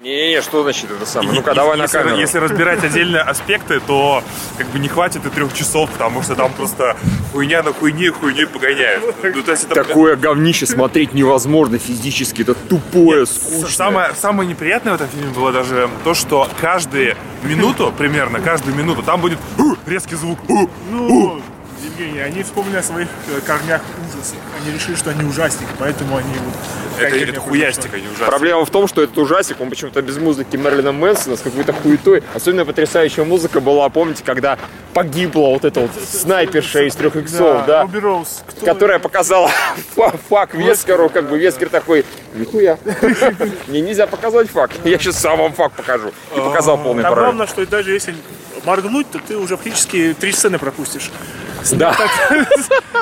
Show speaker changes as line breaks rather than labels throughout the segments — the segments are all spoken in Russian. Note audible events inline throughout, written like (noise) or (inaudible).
Не, что значит это самое?
И-
Ну-ка,
и-
давай на
если,
камеру.
если разбирать отдельные аспекты, то как бы не хватит и трех часов, потому что там просто хуйня на хуйне, хуйню погоняют. Ну, то есть это
Такое говнище смотреть невозможно физически. Это тупое, скучное.
Самое, самое неприятное в этом фильме было даже то, что каждую минуту, примерно, каждую минуту, там будет «Ух!» резкий звук. «Ух!»
Ну, Евгений, они вспомнили о своих э, корнях ужаса. Они решили, что они ужасники, поэтому они вот... как
Это,
я
это
понял,
хуястика, не ужасно.
Проблема в том, что этот ужасик, он почему-то без музыки Мерлина Мэнсона, с какой-то хуетой. Особенно потрясающая музыка была, помните, когда погибла вот эта вот снайперша из трех
что-
иксов, да?
Руби Роуз, кто-
которая показала (laughs) фа- фак Вескеру, как бы Вескер такой, (laughs) нихуя, мне нельзя показать фак, я сейчас сам вам фак покажу. И показал полный
Там
пароль.
главное, что даже если моргнуть, то ты уже фактически три сцены пропустишь.
Да,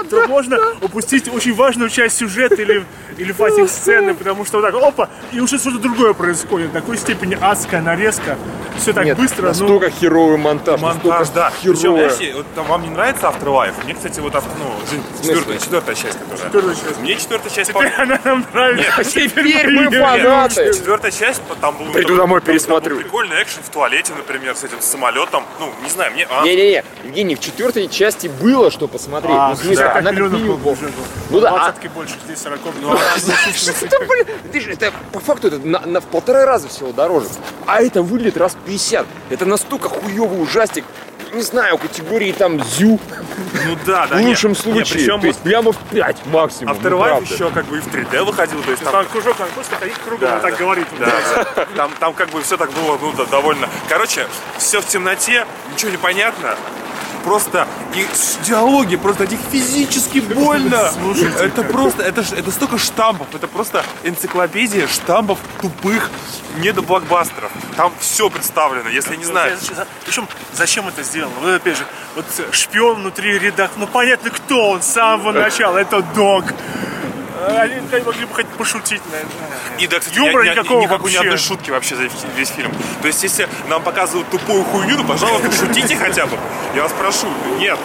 То можно упустить очень важную часть сюжета или, или фатик сцены, потому что вот так, опа, и уже что-то другое происходит. В такой степени адская нарезка, все так
нет,
быстро, ну,
настолько херовый монтаж,
Монтаж,
настолько
да. Причем,
херовое.
знаете, вот там вам не нравится Afterlife? Мне, кстати, вот авто- ну, жизнь- четвертая, четвертая часть, которая.
Четвертая часть.
Мне четвертая часть по-
она нам нравится.
Теперь мы
Нет,
фанаты!
Четвертая часть, по- там был...
Приду
там-
домой,
там был
пересмотрю.
Прикольный экшен в туалете, например, с этим самолетом. Ну, не знаю, мне... а,
Не-не-не, Евгений, в четвертой части было что посмотреть.
А,
ну, в смысле,
60
она как
миллионов
минимум
был
была.
бюджет был.
Ну да, а-
Двадцатки больше, здесь 40 ну,
Что, блин? Ты же, это по факту это на, на в полтора раза всего дороже. А это выглядит раз в 50. Это настолько хуёвый ужастик. Не знаю, категории там зю
Ну да, да,
в
нет.
лучшем
Не,
случае.
причем
То есть прямо в 5 максимум. ну,
Afterlife
правда.
еще как бы и в 3D выходил, то есть там...
Там кружок, надо просто ходить кругом,
Да,
он так
да.
говорит.
Да, да. Там, там как бы все так было, ну, да, довольно. Короче, все в темноте, ничего не понятно. Просто и с- диалоги, просто от них физически больно.
Слушайте,
это просто, это, ж- это столько штампов, это просто энциклопедия штампов тупых недоблокбастеров. Там все представлено, если я не знаю.
Причем, зачем это сделано? Вот опять же, вот шпион внутри рядах, ну понятно, кто он с самого
Э.
начала, это дог. А, Они хоть могли бы хоть пошутить, наверное.
И да, кстати,
Юмора
ни- ни-
никакого
никакой ни
вообще.
одной шутки вообще за весь- весь фильм. То есть, если нам показывают тупую хуйню, ну, пожалуйста, шутите хотя бы. Я вас прошу. Нет.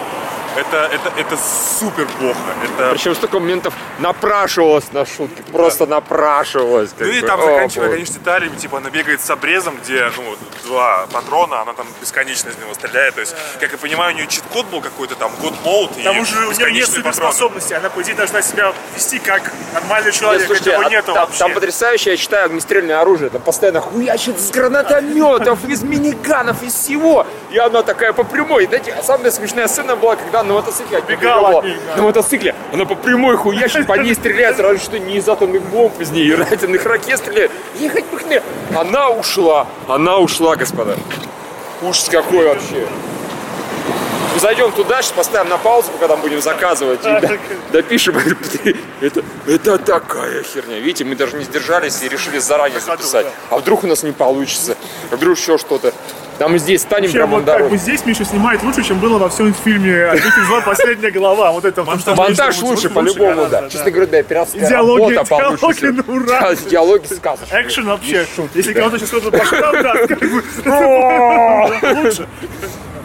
Это, это, это супер плохо. Это...
Причем столько моментов напрашивалось на шутки. Просто напрашивалось. как
Ну и
бы.
там
О,
заканчивая,
боже.
конечно, деталями, типа она бегает с обрезом, где ну, вот два патрона, она там бесконечно из него стреляет. То есть, как я понимаю, у нее чит-код был какой-то там, год молот и
К тому же у нее нет
бесконечные патроны.
суперспособности, она, по идее, должна себя вести как нормальный
Нет,
человек,
слушайте,
этого
а
нету
там,
вообще.
там
(laughs)
потрясающе, я читаю, огнестрельное оружие. Там постоянно хуячит из гранатометов, из миниганов, из всего. И она такая по прямой. Знаете, а самая смешная сцена была, когда на мотоцикле от них
Бегала
бегала.
от них, да.
На мотоцикле она по прямой хуящит, по ней стреляет сразу, что не из атомных бомб из нее, из атомных ракет стреляет. Ехать бы к ней. Она ушла. Она ушла, господа. Ужас какой вообще. Мы Зайдем туда, сейчас поставим на паузу, пока там будем заказывать. и до- допишем. (laughs) Это, это такая херня. Видите, мы даже не сдержались и решили заранее записать. А вдруг у нас не получится? А вдруг еще что-то? Там и здесь станем
Вообще,
прямо
вот
на
как бы
дороге.
здесь Миша снимает лучше, чем было во всем фильме «Обитель зла. Последняя глава». Вот это
Монтаж
Монтаж лучше, по-любому,
гораздо,
да. Честно говоря, да, операция
Идеология-
работа получится.
идеология на ура.
Да, Идеология сказочная.
Экшен вообще. Если кого-то сейчас кто-то по шкафу, да, как бы, лучше.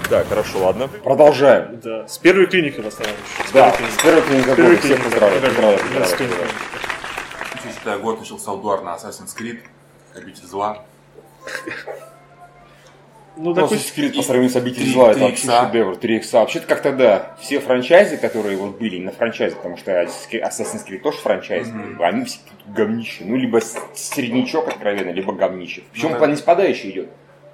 Да, хорошо, ладно. Продолжаем.
С первой клиники восстанавливаешь.
Да, с первой клиникой года. Всех поздравляю. Поздравляю, поздравляю.
Да, год начался удар на Assassin's Creed, Обитель зла.
Ну,
Ну,
такой
Assassin's Creed по сравнению с Обитель
Три-
Зла, это
три
вообще
икса.
шедевр. 3 икса. Вообще-то как тогда все франчайзы, которые вот были на франчайзе, потому что Assassin's Creed тоже франчайз, как бы, они все тут говнище. Ну, либо с- среднячок откровенно, либо говнище. Причем по неспадающей идет.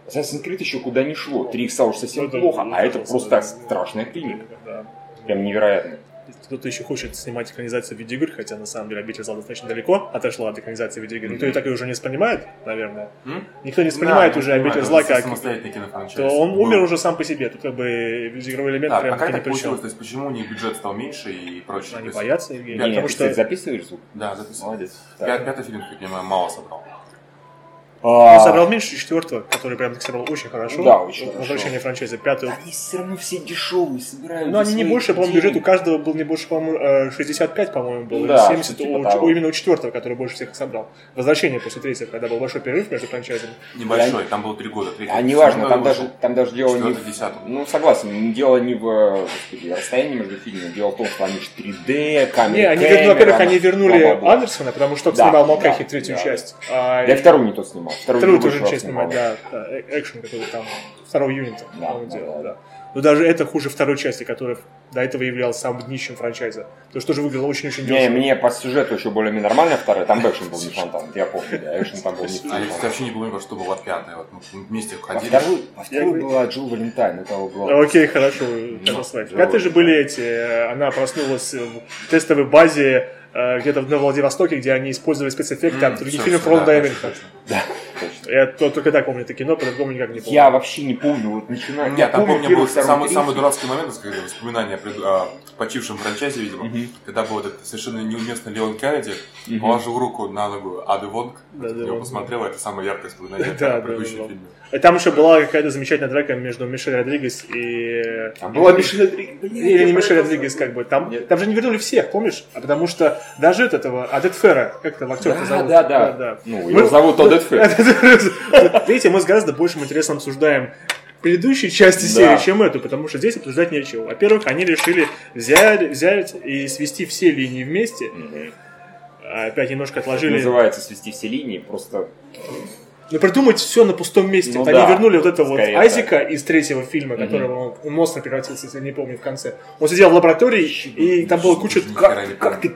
Assassin's Creed еще куда не шло. 3 икса уж совсем
Ну, да,
плохо,
ну,
а это
просто,
просто
да.
страшная клиника.
да.
Прям невероятно.
Если кто-то еще хочет снимать экранизацию видеоигр, хотя на самом деле «Обитель зла» достаточно далеко отошла от экранизации видеоигр. Никто ее так и уже не воспринимает, наверное.
М?
Никто не воспринимает
Да,
уже
я
«Обитель
понимаю,
зла»
это
как...
самостоятельный кинофранчайз.
То он
Был.
умер уже сам по себе. Тут как бы видеоигровой элемент
Да,
прям
пока
таки
так а
не причем.
получилось, то есть почему у них бюджет стал меньше и прочее.
Они
То есть-
боятся, Евгений,
Да,
Не,
потому
ты,
что...
кстати, записываешь звук?
Да, записывал.
Молодец. Так.
Пя- Пятый фильм, как я понимаю, мало собрал.
А,
Он собрал
а.
меньше четвертого, который прям так собрал очень хорошо.
Да, очень хорошо.
Возвращение франчайза. Пятый.
Они все равно все дешевые собирают.
Но они не
свои
больше, по-моему,
деньги.
бюджет у каждого был не больше, по-моему, э, 65, по-моему, было.
Да,
или 70
что-то
у,
типа того.
у именно у четвертого, который больше всех собрал. Возвращение после третьего, когда был большой перерыв между франчайзами.
Небольшой, там было три года. Третий
А
в
неважно,
седьмом
там
году
даже,
вышел.
там даже дело не... в-
Четвертый, десятый.
Ну, согласен, дело не в э, господи, расстоянии между фильмами, дело в том, что они же 3D, камеры,
Не, они,
камеры,
вернули- во-первых,
она-
они вернули
бла-бла-бла.
Андерсона, потому что он
Да,
снимал Макахи
да,
третью
да.
часть. А,
Я
и-
вторую не тот снимал.
Второй
Вторую
Юга
тоже
Шварц
часть снимать,
снимал.
да, да, э- экшен, который там второго юнита,
Да,
по-моему,
да,
делал,
да.
да. Но даже это хуже второй части, которая до этого являлась самым днищем франчайза. Потому что тоже выглядело очень-очень
Не,
дешево.
мне по сюжету еще более-менее нормально вторая, там экшен был не фонтан, я помню, да, экшен там был не
А я, кстати,
фонтан.
вообще не помню, во что была пятая. Вот мы вместе
Во
ходили.
вторую, во вторую
Я-
была Джилл Валентайн, это его главная.
Окей, хорошо, хорошо слайд. Пятые же были эти, э, она проснулась в тестовой базе э, где-то на Владивостоке, где они использовали спецэффекты от других
Собственно,
фильмов
да,
Роланда
точно,
Эммериха.
точно.
Я то- только так помню это кино, по-другому никак не помню.
Я вообще не помню, вот начинаю.
Нет, там, помню, был
первый, второй,
самый,
третий.
самый дурацкий момент, когда воспоминания о пред- о почившем франчайзе, видимо, когда был этот совершенно неуместный Леон Кеннеди, положил руку на ногу Ады Вонг,
Да, да,
его
Вонг.
посмотрела, это самое
(laughs)
яркое воспоминание
Да,
о
да,
предыдущем
да,
фильме.
И Там еще была какая-то замечательная драка между Мишель Родригес и...
Там была Мишель Родригес.
Или не Мишель Родригес, как бы. Там, там же не вернули всех, помнишь? А потому что даже от этого, Адет Ферра, как там актер
Да,
зовут?
да, да. Ну, его зовут Адет Ферр.
(laughs) Ферра. Видите, мы с гораздо большим интересом обсуждаем предыдущие части
Да.
серии, чем эту, потому что здесь обсуждать нечего. Во-первых, они решили взять, взять и свести все линии вместе. А Опять немножко отложили.
Называется «Свести все линии», просто
Ну, придумать все на пустом месте.
Ну
Вот
да.
Они вернули вот этого вот
Скорее
Айзека из третьего фильма, которого он в монстра превратился, если я не помню, в конце. Он сидел в лаборатории, и там была куча...
Ни
Как,
хера не
ты-
помню.
как ты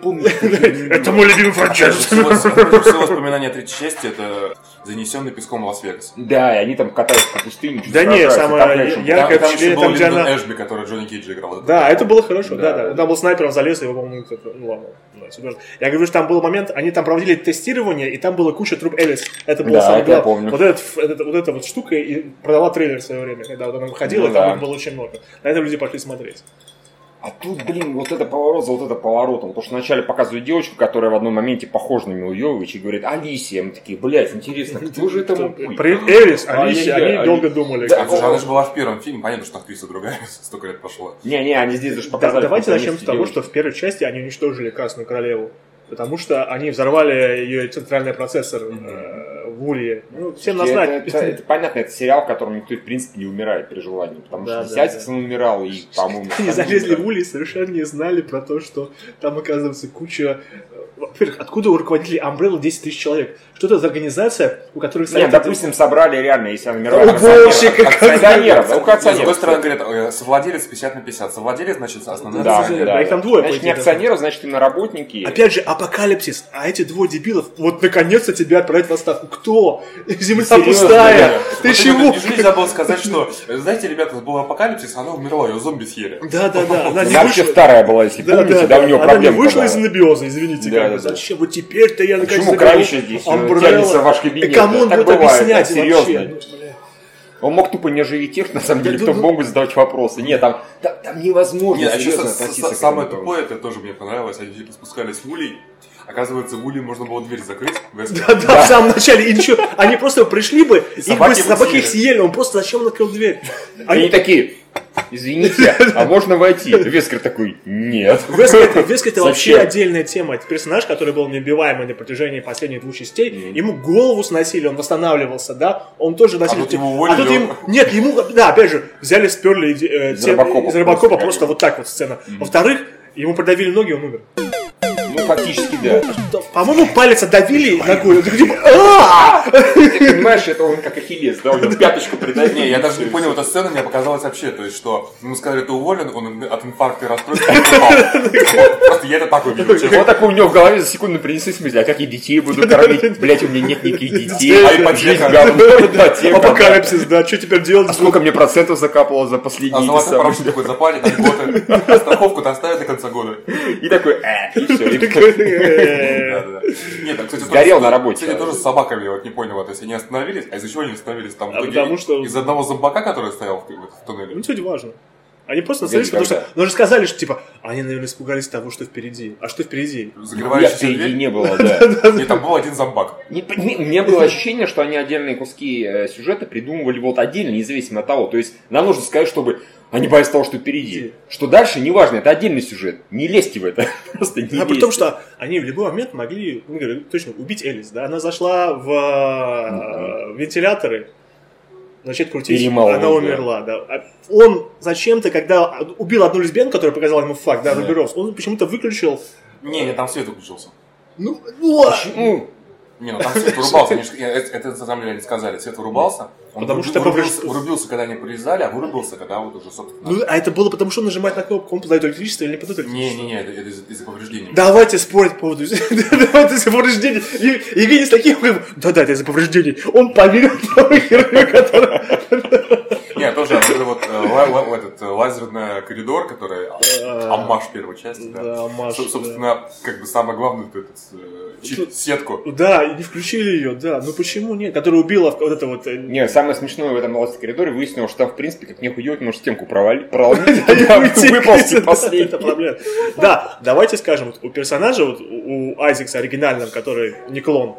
помнишь?
Это мой любимый
Опять же,
франчайз.
(laughs)
всего, всего воспоминания третьей части это занесенный песком Лас-Вегас.
Да, и они там катаются по пустыне.
Да не,
сражаются,
самое
там экшен.
я-
Там,
яркое
там еще
впечатление,
был
там, где
Линдон
она-
Эшби, который Джонни Кейдж играл.
Да, это было хорошо, да,
Да,
да.
да.
Там был снайпер, он залез, его, по-моему, кто-то- ну ладно. да, серьезно. Я говорю, что там был момент, они там проводили тестирование, и там было куча труп Элис. Это было
Да,
самое
это я
главное.
помню.
Вот, этот, ф- этот- вот эта вот штука и продала трейлер в свое время, когда вот она выходила,
Ну
и там
да.
их было очень много. На это люди пошли смотреть.
А тут, блин, вот это поворот за вот это поворотом. Потому что вначале показывают девочку, которая в одном моменте похожа на Милу Йовович и говорит «Алисия». Мы такие, блядь, интересно, кто же это мог быть?
При
А
Элис, Алисе,
Ай-яй-яй,
они
Али-
долго думали.
Да,
А, слушай, она же была в первом фильме, понятно, что актриса другая, (laughs) столько лет прошло.
Не-не, они здесь даже
Да,
показали.
давайте
как они
начнем с того,
девочку.
что в первой части они уничтожили Красную Королеву, потому что они взорвали ее центральный процессор э, в Улье. Ну, всем
Это-
назнать.
Это, это
(laughs)
понятно, это сериал, в котором никто, в принципе, не умирает при желании. Потому
Да,
что
да,
Десятиксон умирал, и, по-моему...
Они
остальные
залезли
умирали.
в Ули и совершенно не знали про то, что там оказывается куча... э, Во-первых, откуда у руководителей Umbrella 10 тысяч человек? Что это за организация, у которых...
Нет,
стоят-
допустим, собрали реально, если она умирала...
Да,
акционеров.
уборщик, как
Акционеров, да, у
ну, С другой
акционеров.
стороны, говорят, э, совладелец 50 на 50. Совладелец, значит, основной
Да,
акционер.
да.
их там двое, по
Значит, не
идее, да.
акционеров, значит, именно работники.
Опять же, апокалипсис, а эти двое дебилов, вот наконец-то тебя отправят в отставку. Кто? (laughs) Земля
Серьезно,
пустая, ты
Вот
чего?
именно Джули забыл сказать, что, э, знаете, ребята, был апокалипсис, она умерла, ее зомби съели.
Да, да, да. Она
Она
не
вообще
вышла,
вторая была, если
да,
помните, да, у нее
Она не
проблема
вышла
была.
из анабиоза, извините,
Да,
как бы.
да, да.
Зачем? Вот теперь-то я наконец
Почему
заберу
Кравча здесь э,
Umbrella?
тянется в ваш
Да
кабинет?
кому он
Так
будет
бывает,
объяснять
да,
вообще?
серьезно. Он мог тупо не оживить тех, на самом деле,
Да,
кто
ну,
мог бы задавать вопросы. Нет, там, там- там невозможно
Нет, а еще
серьезно
са- са-
относиться
са-
к
самое
этому.
тупое, это тоже мне понравилось, они типа спускались в улей, оказывается, в улей можно было дверь закрыть, Веспер.
Да, да, в самом начале. И ничего, они просто пришли бы, их бы
собаки бы
собаки их
съели.
съели. Он просто зачем он открыл дверь?
Они
Они
такие, извините, а можно войти? Вескер такой, нет. (laughs)
Вескет, Вескет это вообще
Зачем?
отдельная тема. Это персонаж, который был неубиваемый на протяжении последних двух частей. Ему голову сносили, он восстанавливался, да? Он
А
тоже носил... а
тут его уволили,
тут
он-
ему- Нет, ему... Да, опять же, взяли, сперли э,
Из
те-
Робокопа
из
просто,
Робокопа просто
конечно.
вот так вот сцена. Во-вторых, ему продавили ноги, он умер.
Ну, фактически, да.
Да, По-моему, палец отдавили ногой. Он такой, типа, (laughs) «А!»
Ты понимаешь, это он как ахиллес, да, у него пяточку
Да
придает.
не, я даже не понял, эта сцена мне показалась вообще, то есть, что ему сказали, ты уволен, он от инфаркта
(laughs)
и расстройства не попал. Вот, Просто я это так увидел, честно.
Вот такой у него в голове за секунду принесли смысл, а как я детей буду кормить? Блять, у меня нет никаких детей.
А ипотека?
говно, ипотека, (laughs) да.
Апокалипсис, да, что теперь делать?
А сколько мне процентов закапало за последние
А
эти
золотой
самые?
парашют такой запарит, там готы, а страховку-то оставят до конца года.
И такой, э, и всё, и
Да, да, да. Нет, там, кстати,
Сгорел
тоже-
на работе.
Кстати, тоже с собаками, я вот не понял, вот, то есть они остановились, а из-за чего они остановились? Там,
А
в итоге
потому что-
Из одного зомбака, который стоял в, в туннеле.
Ну, сегодня важно. Они просто насолились,
Никогда.
потому что... Ну, же сказали, что, типа, они, наверное, испугались того, что впереди. А что впереди?
Ну, Я
Закрывающаяся
впереди
дверь.
не было, (laughs) да.
И там был один зомбак.
Не пойми, У меня было ощущение, что они отдельные куски э, сюжета придумывали вот отдельно, независимо от того. То есть нам нужно сказать, чтобы они боялись того, что впереди. Что дальше, неважно, это отдельный сюжет. Не лезьте в это. (laughs) Просто не
А при
лезьте.
том, что они в любой момент могли, ну, говорю, точно, убить Элис, да? Она зашла в э, вентиляторы, начать крутить,
Перемалывать,
она
да.
умерла, да. А Он зачем-то, когда убил одну лесбиянку, которая показала ему факт, да, Руберовс, он почему-то выключил...
Не, не, там свет выключился.
Ну, ну, а-
Почему?
Не, ну там свет вырубался. Они ж- я- Это это на самом деле они сказали. Свет вырубался. Он
Потому
врубил-
что
врубился,
попроще-
врубился, когда они прилезали, а вырубился, когда вот уже, собственно...
Ну, а это было потому, что он нажимает на кнопку, он подает электричество или не подает электричество?
Не-не-не, это, это из- из-за повреждений.
Давайте спорить по поводу... (laughs) Давайте за повреждений. И- Евгений с таким... говорит, Да-да, это из-за повреждений. Он поверил тому херню, которая...
Не, тоже тоже вот э, ла- ла- этот э, лазерный коридор, который а- аммаж первой части, да.
Да, Маш,
Соб-
да. Ну,
Собственно, как бы самое главное, это этот, э, чи- сетку.
Да, и не включили ее, да. Ну почему нет? Которая убила в- вот это вот... э,
Не, самое смешное в этом лазерном коридоре выяснилось, что там, в принципе, как нехуй делать, можно стенку
(laughs)
провалить, проломить, а
и
туда
уйти.
выползти
Да,
последний.
это проблема. Да, давайте скажем, вот у персонажа, вот у у Айзекса оригинального, который не клон,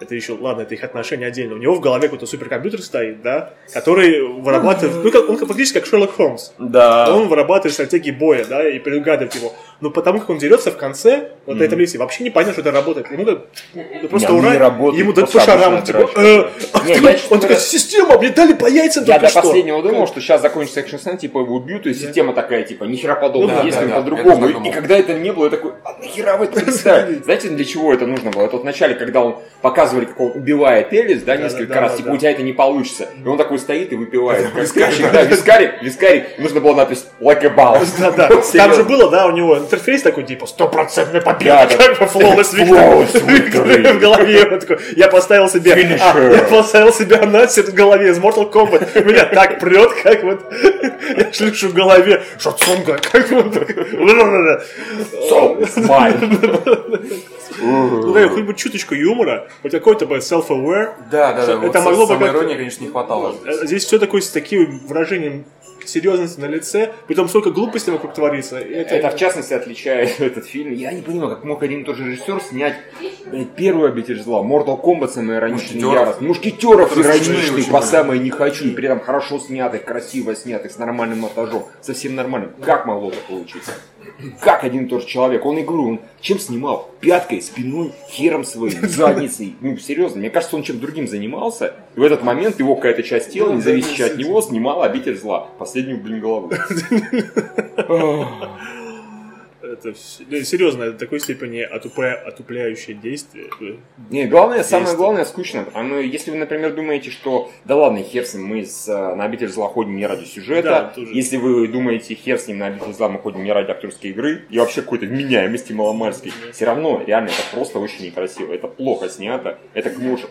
это еще, ладно, это их отношения отдельно. У него в голове какой-то суперкомпьютер стоит, да, который вырабатывает, ну, как, он фактически как Шерлок Холмс.
Да.
Он вырабатывает стратегии боя, да, и предугадывает его. Но потому как он дерется в конце, вот на этом месте, вообще не понятно, что это работает. Ему как- ну, просто
Не,
ура,
не работает,
ему дают по
просто
шарам,
обычная
типа, «Э,
дрочка,
а
Не,
ты-
я, честно
он такой,
говоря,
система, мне дали по яйцам
Я
только
до
что».
последнего думал, что сейчас закончится экшн сцена, типа его убьют, и система такая, типа, нихера подобного,
Ну да,
есть
да,
там
да, я
по-другому.
тоже
И,
так
и
думал.
когда это не было, я такой, а нахера вы это представили? Знаете, для чего это нужно было? Это вот в начале, когда он показывали, как он убивает Элис, да,
Да,
несколько
да, да,
раз,
да,
типа,
да.
у тебя это не получится. И он такой стоит и выпивает. Вискарик, да, вискарик, вискарик. Нужно было надпись like a boss.
Да, да.
Вот
Там же
серьезно.
было, да, у него интерфейс такой, типа, стопроцентная
Да,
победа,
да.
как бы flawless victory. (laughs)
Flawless victory.
В голове он такой, я поставил себе, а,
Finisher.
я поставил себе анонсер в голове из Mortal Kombat. Меня так прет, как вот, я слышу в голове, шатсонга, как вот.
So, smile.
Ну, да, хоть бы чуточку юмора, хоть какой-то бы self-aware.
Да, да, да.
Это могло бы как-то-
иронии, конечно, не хватало.
Э, Здесь все такое с таким выражением серьезности на лице, притом столько глупостей вокруг творится. и
Это, в частности, отличает этот фильм. Я не понимаю, как мог один и тот же режиссер снять блядь, первую «Обитель зла», Mortal Kombat самый ироничный
Мушкетеров.
ярость, Мушкетеров
Которые смешные
ироничный,
очень
по
были.
самое Ну, не хочу, и при этом хорошо снятых, красиво снятых, с нормальным монтажом, совсем нормальным. Как могло так получиться? Как один и тот же человек? Он игру, он чем снимал? Пяткой, спиной, хером
(laughs)
своим, задницей. Ну, серьезно, мне кажется, он чем другим занимался, и в этот момент его какая-то часть
Ну,
тела, независящая от него, снимала «Обитель зла», последнюю, блин, голову.
Это вс- да, серьезно, до такой степени отупая, отупляющее действие. э,
Не, главное, самое
Действие.
главное, скучно. Оно, если вы, например, думаете, что да ладно, хер с ним, мы с, э, на обитель зла ходим не ради сюжета.
Да, тоже.
если вы думаете, хер с ним на обитель зла мы ходим не ради актерской игры и вообще какой-то вменяемости маломальской, все равно, реально, это просто очень некрасиво. Это плохо снято. Это, как мы уже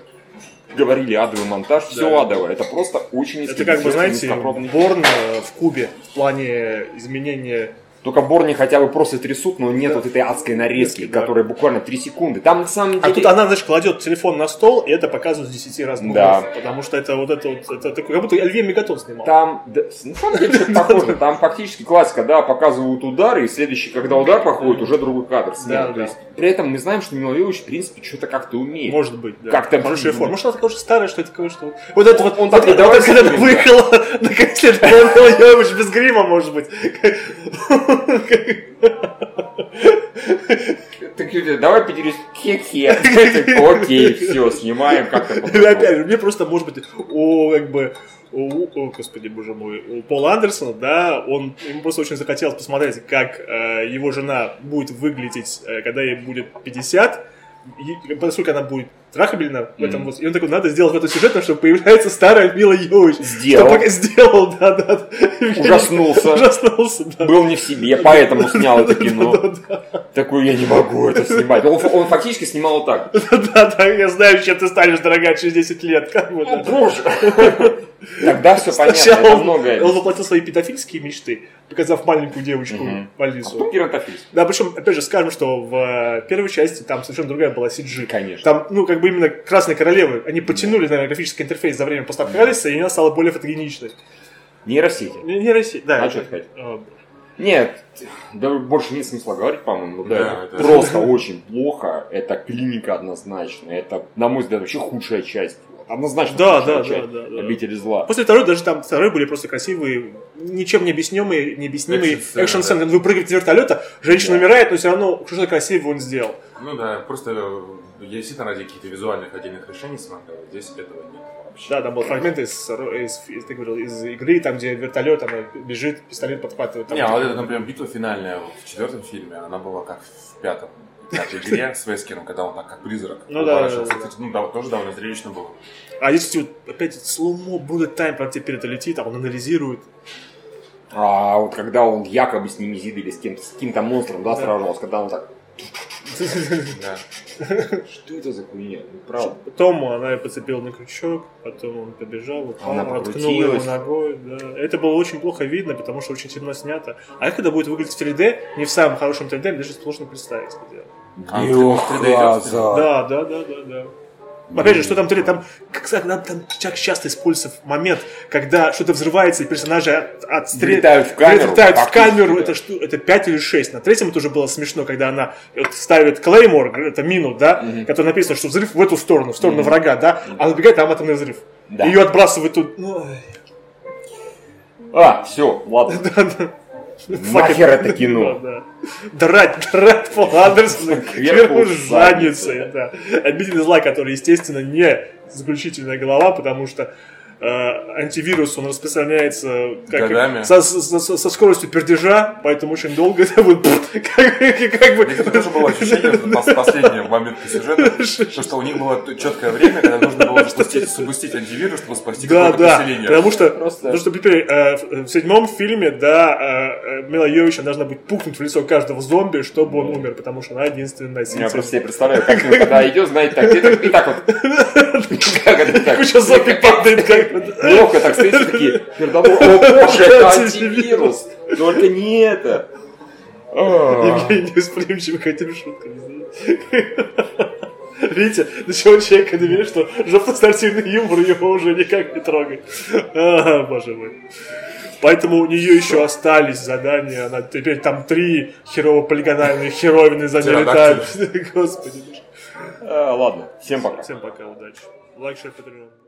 говорили, адовый монтаж, все
Да.
адовое. Это просто очень
Это как бы,
низкобюджетный,
знаете,
низкопробный.
Борн э, в Кубе в плане изменения.
Только Борни хотя бы просто трясут, но нет вот этой адской нарезки,
Да.
которая буквально 3 секунды. Там на самом деле...
А тут она, знаешь, кладет телефон на стол, и это показывают с 10 разных
Да.
углов, Потому что это вот это вот, это такой, как будто Альве Мегатон снимал.
Там, да, с- на самом деле, что-то похоже. Там фактически классика, да, показывают удары, и следующий, когда удар проходит, уже другой кадр снят.
Да,
То
да.
есть, при этом мы знаем, что Милович, в принципе, что-то как-то умеет.
Может быть, да.
Как-то-
Хорошая форма. Может, она такая уже старая, что это такое, что... вот- Вот это вот...
он
вот
такой,
это- вот
«Давай
это когда
снимем, да».
выехала (laughs) на концерт Павла Йович без грима, может быть.
Так, Юля, давай поделись.
(laughs)
Хе-хе. Окей, все, снимаем как-то.
И (laughs) опять же, мне просто, может быть, у, как бы, у, о, господи, боже мой, у Пола Андерсона, да, он, ему просто очень захотелось посмотреть, как э, его жена будет выглядеть, э, когда ей будет 50, и- поскольку она будет трахабельна в этом вот. И он такой, надо сделать какой-то сюжет, потому что появляется старая Мила Йович.
Сделал.
Что пока сделал, да, да. да.
Ужаснулся.
Ужаснулся, да.
Был не в себе, поэтому снял
(laughs)
это кино.
Да-да-да.
Такой, я не могу это снимать. Он, он фактически снимал вот так.
Да-да, я знаю, чем ты станешь, дорогая, через 10 лет. Как бы, да.
Боже. Тогда все понятно,
Сначала
это
он, он
многое.
воплотил свои педофильские мечты, показав маленькую девочку
Мгм. А
Алису.
Пиратофильский.
Да, причем, опять же, скажем, что в э, первой части там совершенно другая была CG.
Конечно.
Там, ну, как бы именно Красной Королевы, они подтянули, наверное, графический интерфейс за время поставки Алисы, и она стала более фотогеничной.
Нейросети.
Не, не Россия, да.
А
это-
чё ты хотел?
Э,
Нет, да больше нет смысла говорить, по-моему, да.
Да, это-
Просто очень плохо. Это клиника однозначно. Это, на мой взгляд, вообще худшая часть. Однозначно
Да,
худшая
да,
часть
да, да, да.
Обители зла.
А После второй даже там второй были просто красивые, ничем не объяснимые, необъяснимые
Экшн-сцены,
экшн сцены
да.
Вы прыгаете с вертолета, женщина умирает, но все равно что-то красивое он сделал.
Ну да, просто э, я действительно ради каких-то визуальных отдельных решений смотрел, здесь этого нет вообще.
Да, там был фрагмент из, из, из- ты говорил, из игры, там, где вертолет там, бежит, пистолет подхватывает. Там,
Не, а вот эта, например, битва финальная в четвертом фильме, она была как в пятом. как
(laughs)
в игре с Вескином, когда он так как призрак
Ну да,
уворачивался.
да, да.
Кстати, ну, да, тоже довольно зрелищно было.
А здесь вот опять сломо будет тайм, прям тебе перед летит, а он анализирует.
А вот когда он якобы с Немезидой или с кем-то, с каким-то монстром, да, сражался, когда он так,
(laughs) Да.
что это за хуйня? Ну, правда.
Тому она ее подцепила на крючок, потом он побежал, упал,
Она
наткнула его
покрутилась.
ногой. Да. Это было очень плохо видно, потому что очень темно снято. А это когда будет выглядеть в 3D, не в самом хорошем 3D, мне даже сложно представить. это дело.
А вот в 3D идет, в 3D.
А.
Да, да, да, да, да. Опять же, что там 3D? Там, как сказать, нам там так часто используется момент, когда что-то взрывается, и персонажи от- отстреляют.
Влетают в камеру,
Влетают в
фактически,
камеру.
да.
ну, Это, что, это 5 или 6. На третьем это уже было смешно, когда она вот ставит клеймор, это мину, да, которая написано, что взрыв в эту сторону, в сторону врага, да, а набегает там атомный взрыв.
Да.
Ее отбрасывают тут. Ну, ай,
А, все, ладно. Нахер это кино.
да, да. Драть, драть Пол Андерсона кверху
Кверху
задницей. Да. Обитель зла, который, естественно, не заключительная голова, потому что э, антивирус, он распространяется как-
Годами.
со, со- со- со скоростью пердежа, поэтому очень долго это будет (laughs) как, как бы...
Это тоже было ощущение в пос- последнее в момент сюжета, то, что у них было т- четкое время, когда нужно было запустить, запустить антивирус, чтобы
(laughs)
спасти
Да,
какое-то
да,
население.
потому что,
Просто-
потому что теперь э, в, в седьмом фильме, да, э, э, Мила Йовича должна быть пукнуть в лицо каждого зомби, чтобы он умер, потому что она единственная
Я
носитель.
просто себе представляю, как вы когда идет, знаете, так, где-то и так вот. Как это так?
Куча зомби падает, как бы, да.
Ловко так стоите такие, пердобол, о боже, это антивирус. Только не это.
Евгений восприимчивый к этим шуткам. не знаю. Видите, до чего человек доверяет, что жопно-спортивный юмор его уже никак не трогает. А, боже мой. Поэтому у нее еще остались задания. Она теперь там три херово-полигональные херовины за ней летают.
Птеродактиль.
(laughs) Господи. боже.
А, Ладно, всем пока.
Всем пока, удачи. Лайк, шер, патреон.